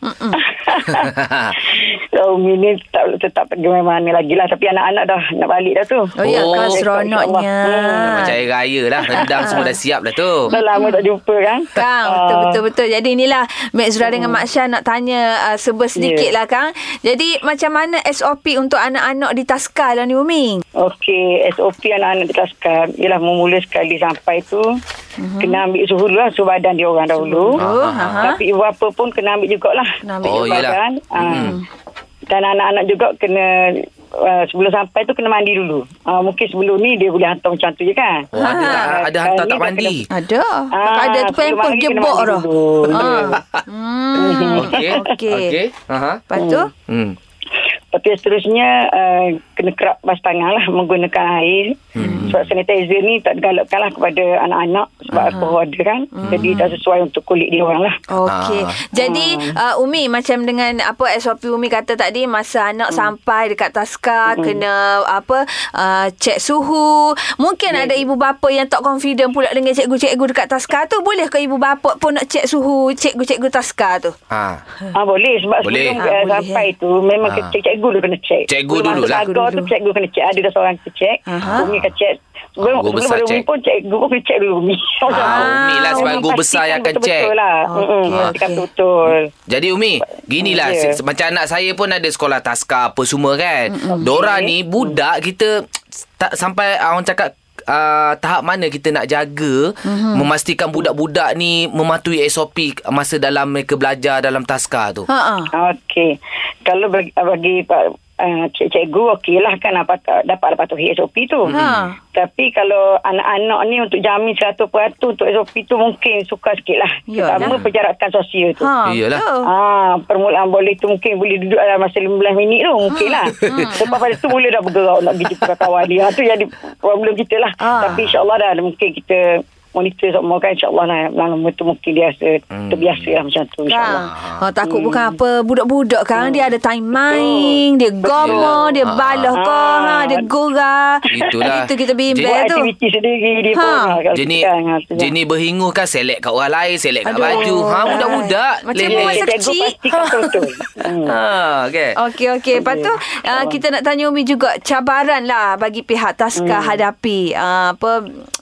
Speaker 7: So, Umi ni tak, tetap pergi mana lagi lah. Tapi anak-anak dah nak balik dah tu. Hmm.
Speaker 1: Oh, ya,
Speaker 2: Oh.
Speaker 1: kan seronoknya.
Speaker 2: Macam air raya lah Rendang semua dah siap lah tu
Speaker 7: Dah lama tak jumpa kan?
Speaker 1: Kang, betul betul betul. Jadi inilah Mek Zura dengan Mak Syah nak tanya uh, serba sedikit lah Kang. Jadi macam mana SOP untuk anak-anak di Taska lah ni Umi?
Speaker 7: Okey, SOP anak-anak kita sekarang ialah memula sekali sampai tu mm-hmm. kena ambil suhu dulu lah, suhu badan dia orang
Speaker 1: Mhm.
Speaker 7: dahulu.
Speaker 1: Suhu, Oh, aha.
Speaker 7: Ah, Tapi ibu apa pun kena ambil jugalah.
Speaker 1: Ha? Kena ambil
Speaker 2: Oh,
Speaker 7: juga
Speaker 2: yelah.
Speaker 7: kan. Ha. Dan anak-anak juga kena uh, sebelum sampai tu kena mandi dulu. Uh, mungkin sebelum ni dia boleh hantar macam tu je kan.
Speaker 2: Oh, ada tak ada hantar
Speaker 7: Sekarang ni
Speaker 2: tak
Speaker 7: dah
Speaker 2: mandi?
Speaker 7: kena-
Speaker 1: Ada. Ah, ada tu
Speaker 7: sebelum
Speaker 1: handphone
Speaker 7: mandi kena
Speaker 1: jebok
Speaker 7: mandi
Speaker 1: dah.
Speaker 7: dulu.
Speaker 1: Ha. Hmm.
Speaker 2: Okey.
Speaker 1: Okey.
Speaker 2: Okey. Aha.
Speaker 1: Lepas tu?
Speaker 2: Hmm.
Speaker 7: Tapi seterusnya uh, kena kerap bas tangan lah menggunakan air. Hmm. Sebab sanitizer ni tak digalakkan lah kepada anak-anak sebab
Speaker 2: Ah.
Speaker 7: hmm. alkohol dia kan. Hmm. Jadi tak sesuai untuk kulit dia orang lah.
Speaker 1: Okey.
Speaker 2: Ah.
Speaker 1: Jadi uh, Umi macam dengan apa SOP Umi kata tadi masa anak
Speaker 2: Hmm.
Speaker 1: sampai dekat taska kena apa uh, cek suhu. Mungkin
Speaker 2: Ya.
Speaker 1: ada ibu bapa yang tak confident pula dengan cikgu-cikgu dekat taska tu boleh ke ibu bapa pun nak cek suhu cikgu-cikgu taska tu?
Speaker 2: Ha.
Speaker 7: Ah boleh sebab
Speaker 2: Boleh.
Speaker 7: sebelum
Speaker 1: Ah,
Speaker 7: uh,
Speaker 1: boleh,
Speaker 7: sampai
Speaker 1: eh.
Speaker 7: tu memang
Speaker 2: Ah.
Speaker 7: ha. cik cikgu dulu kena cek.
Speaker 2: Cikgu dulu lah.
Speaker 7: Cikgu tu cikgu kena cek. Ada dah seorang kena cek.
Speaker 1: Aha.
Speaker 7: Umi kena cek. Sebelum,
Speaker 2: Ah, guru
Speaker 7: sebelum
Speaker 2: besar
Speaker 7: pada Umi
Speaker 2: cek.
Speaker 7: pun cikgu pun kena cek dulu Umi.
Speaker 2: Ah, Umi lah sebagai
Speaker 7: Memang
Speaker 2: guru besar yang akan
Speaker 7: pastikan Betul-betul
Speaker 2: cek.
Speaker 7: lah.
Speaker 1: Okey,
Speaker 7: Mm-mm.
Speaker 1: okey.
Speaker 7: Pastikan betul.
Speaker 2: Jadi Umi, ginilah
Speaker 7: Ya.
Speaker 2: yeah. macam anak saya pun ada sekolah taska apa semua kan. Mm-hmm. Dora ni budak kita tak sampai ah, orang cakap Uh, tahap mana kita nak jaga mm-hmm. memastikan budak-budak ni mematuhi SOP masa dalam mereka belajar dalam taska tu.
Speaker 1: Ha ah.
Speaker 7: Okey. Kalau bagi, bagi Pak uh, cik- cikgu okeylah kan apa, dapat dapat patuhi SOP tu.
Speaker 1: Ha.
Speaker 7: Tapi kalau anak-anak ni untuk jamin 100% untuk SOP tu mungkin sukar sikit lah.
Speaker 1: Yalah.
Speaker 7: Terutama perjarakan sosial tu.
Speaker 1: Ya Ha.
Speaker 2: Iyalah.
Speaker 1: betul.
Speaker 7: Ah, permulaan boleh tu mungkin boleh duduk dalam masa 15 minit tu mungkin lah.
Speaker 1: Hmm.
Speaker 7: Sebab pada tu boleh dah bergerak nak pergi jumpa kawan dia. Ha, tu yang di, problem kita lah.
Speaker 1: Ah.
Speaker 7: Tapi insyaAllah dah mungkin kita monitor semua kan insyaAllah lah. Lama tu mungkin dia rasa
Speaker 2: Hmm.
Speaker 7: terbiasa lah macam tu insyaAllah.
Speaker 1: Kang.
Speaker 2: Ah.
Speaker 1: Ha, takut bukan apa budak-budak kan dia ada time main, dia gomo, dia balah ha. kau, ha, dia gora.
Speaker 2: Ah. Itulah.
Speaker 1: Itu kita
Speaker 7: Buat
Speaker 1: bimbel Ah, tu.
Speaker 7: aktiviti sendiri dia
Speaker 1: Ha.
Speaker 7: pun. lah kalau
Speaker 2: Jenis
Speaker 7: sekarang, ha, tu lah.
Speaker 2: jenis berhingu kan select kat orang lain, select kat
Speaker 1: Aduh.
Speaker 2: baju. Ha budak-budak.
Speaker 1: Macam
Speaker 2: leleh.
Speaker 1: buat masa
Speaker 7: Cikgu
Speaker 1: kecil.
Speaker 7: Ya, pasti kata betul. Hmm.
Speaker 2: Ha okey.
Speaker 1: Okey okey. Lepas tu uh, kita nak tanya Umi juga cabaran lah bagi pihak Taska hmm. hadapi uh, apa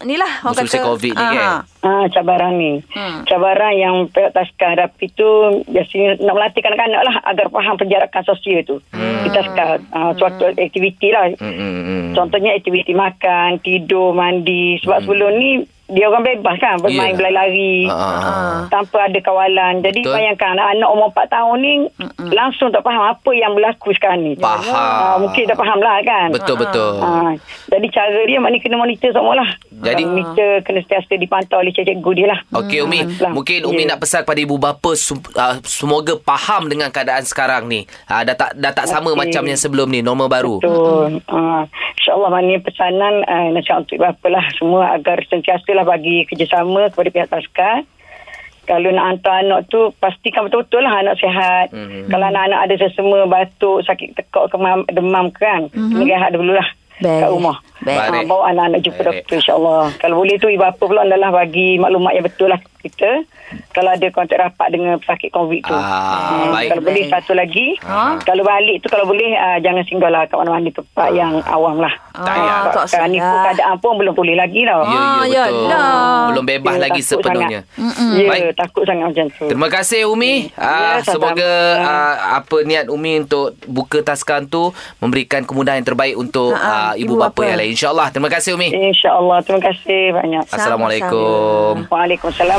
Speaker 1: inilah orang
Speaker 2: Musim-musim
Speaker 1: kata
Speaker 2: COVID ni
Speaker 1: Ah,
Speaker 2: kan?
Speaker 7: Ah, cabaran ni.
Speaker 1: Hmm.
Speaker 2: Ha.
Speaker 7: Hmm. Cabaran yang pihak Taska hadapi tu biasanya nak melatih kanak-kanak lah agar faham penjarakan sosial tu. Hmm. Di Taska ah, suatu aktiviti lah.
Speaker 2: Hmm, hmm, hmm.
Speaker 7: Contohnya aktiviti makan, tidur, mandi. Sebab hmm. sebelum ni dia orang bebas kan
Speaker 2: Yeah.
Speaker 7: bermain yeah. berlari-lari.
Speaker 2: Ah.
Speaker 7: Tanpa ada kawalan. Jadi
Speaker 2: Betul. Hmm.
Speaker 7: bayangkan anak-anak umur 4 tahun ni langsung tak faham apa yang berlaku sekarang ni.
Speaker 2: Faham.
Speaker 7: Ah, mungkin dah faham lah kan.
Speaker 2: Betul betul.
Speaker 7: Ha, jadi cara dia maknanya kena monitor semua lah.
Speaker 2: Jadi-
Speaker 7: Jadi monitor kena sentiasa dipantau oleh cikgu dia lah.
Speaker 2: Okey Umi,
Speaker 7: Lah,
Speaker 2: mungkin Umi
Speaker 7: ya.
Speaker 2: nak pesan kepada ibu bapa sum- ah, semoga faham dengan keadaan sekarang ni. Ah, dah tak dah tak sama
Speaker 7: Okey.
Speaker 2: macam yang sebelum ni, norma baru.
Speaker 7: Betul. Ha, InsyaAllah maknanya pesanan uh, nasihat untuk bapa lah semua agar sentiasa lah bagi kerjasama kepada pihak taska. Kalau nak hantar anak tu pastikan betul-betul lah anak sihat.
Speaker 2: Mhm.
Speaker 7: Mm-hmm. Kalau anak-anak ada sesama batuk, sakit tekak, kemam, demam ke kan, mm-hmm. kena rehat dulu lah.
Speaker 1: Mhm. Baik.
Speaker 7: Kat rumah
Speaker 1: Baik.
Speaker 7: ha, Bawa anak-anak jumpa
Speaker 2: Baik.
Speaker 7: doktor InsyaAllah Kalau boleh tu Ibu bapa pula adalah Bagi maklumat yang betul lah Kita Kalau ada kontak rapat Dengan pesakit COVID tu
Speaker 2: Ah,
Speaker 7: Hmm,
Speaker 2: baik.
Speaker 7: Kalau boleh satu lagi
Speaker 1: Ah.
Speaker 7: Kalau balik tu Kalau boleh ah, Jangan singgah lah Kat mana-mana tempat
Speaker 2: Ah.
Speaker 7: Yang awam lah
Speaker 1: Ah,
Speaker 2: Tak payah.
Speaker 7: Sebab
Speaker 1: tak
Speaker 7: sekarang ni pun
Speaker 1: salah.
Speaker 7: Keadaan pun belum boleh lagi tau
Speaker 2: Ya,
Speaker 1: Ah,
Speaker 2: ya betul.
Speaker 1: yalah.
Speaker 2: Belum bebas
Speaker 7: Ya,
Speaker 2: lagi
Speaker 7: takut
Speaker 2: sepenuhnya.
Speaker 7: sangat. Ya
Speaker 2: Baik.
Speaker 7: takut sangat macam tu
Speaker 2: Terima kasih Umi. Ah
Speaker 7: Ya, sama-sama.
Speaker 2: semoga ah, apa niat Umi untuk buka taskan tu memberikan kemudahan yang terbaik untuk
Speaker 1: Ha, ha,
Speaker 2: ah,
Speaker 1: ibu
Speaker 2: ibu, bapa,
Speaker 1: bapa.
Speaker 2: yang lain. Insya-Allah. Terima kasih
Speaker 7: Eh,
Speaker 2: Umi.
Speaker 7: InsyaAllah Terima kasih banyak
Speaker 2: Assalamualaikum.
Speaker 7: Waalaikumsalam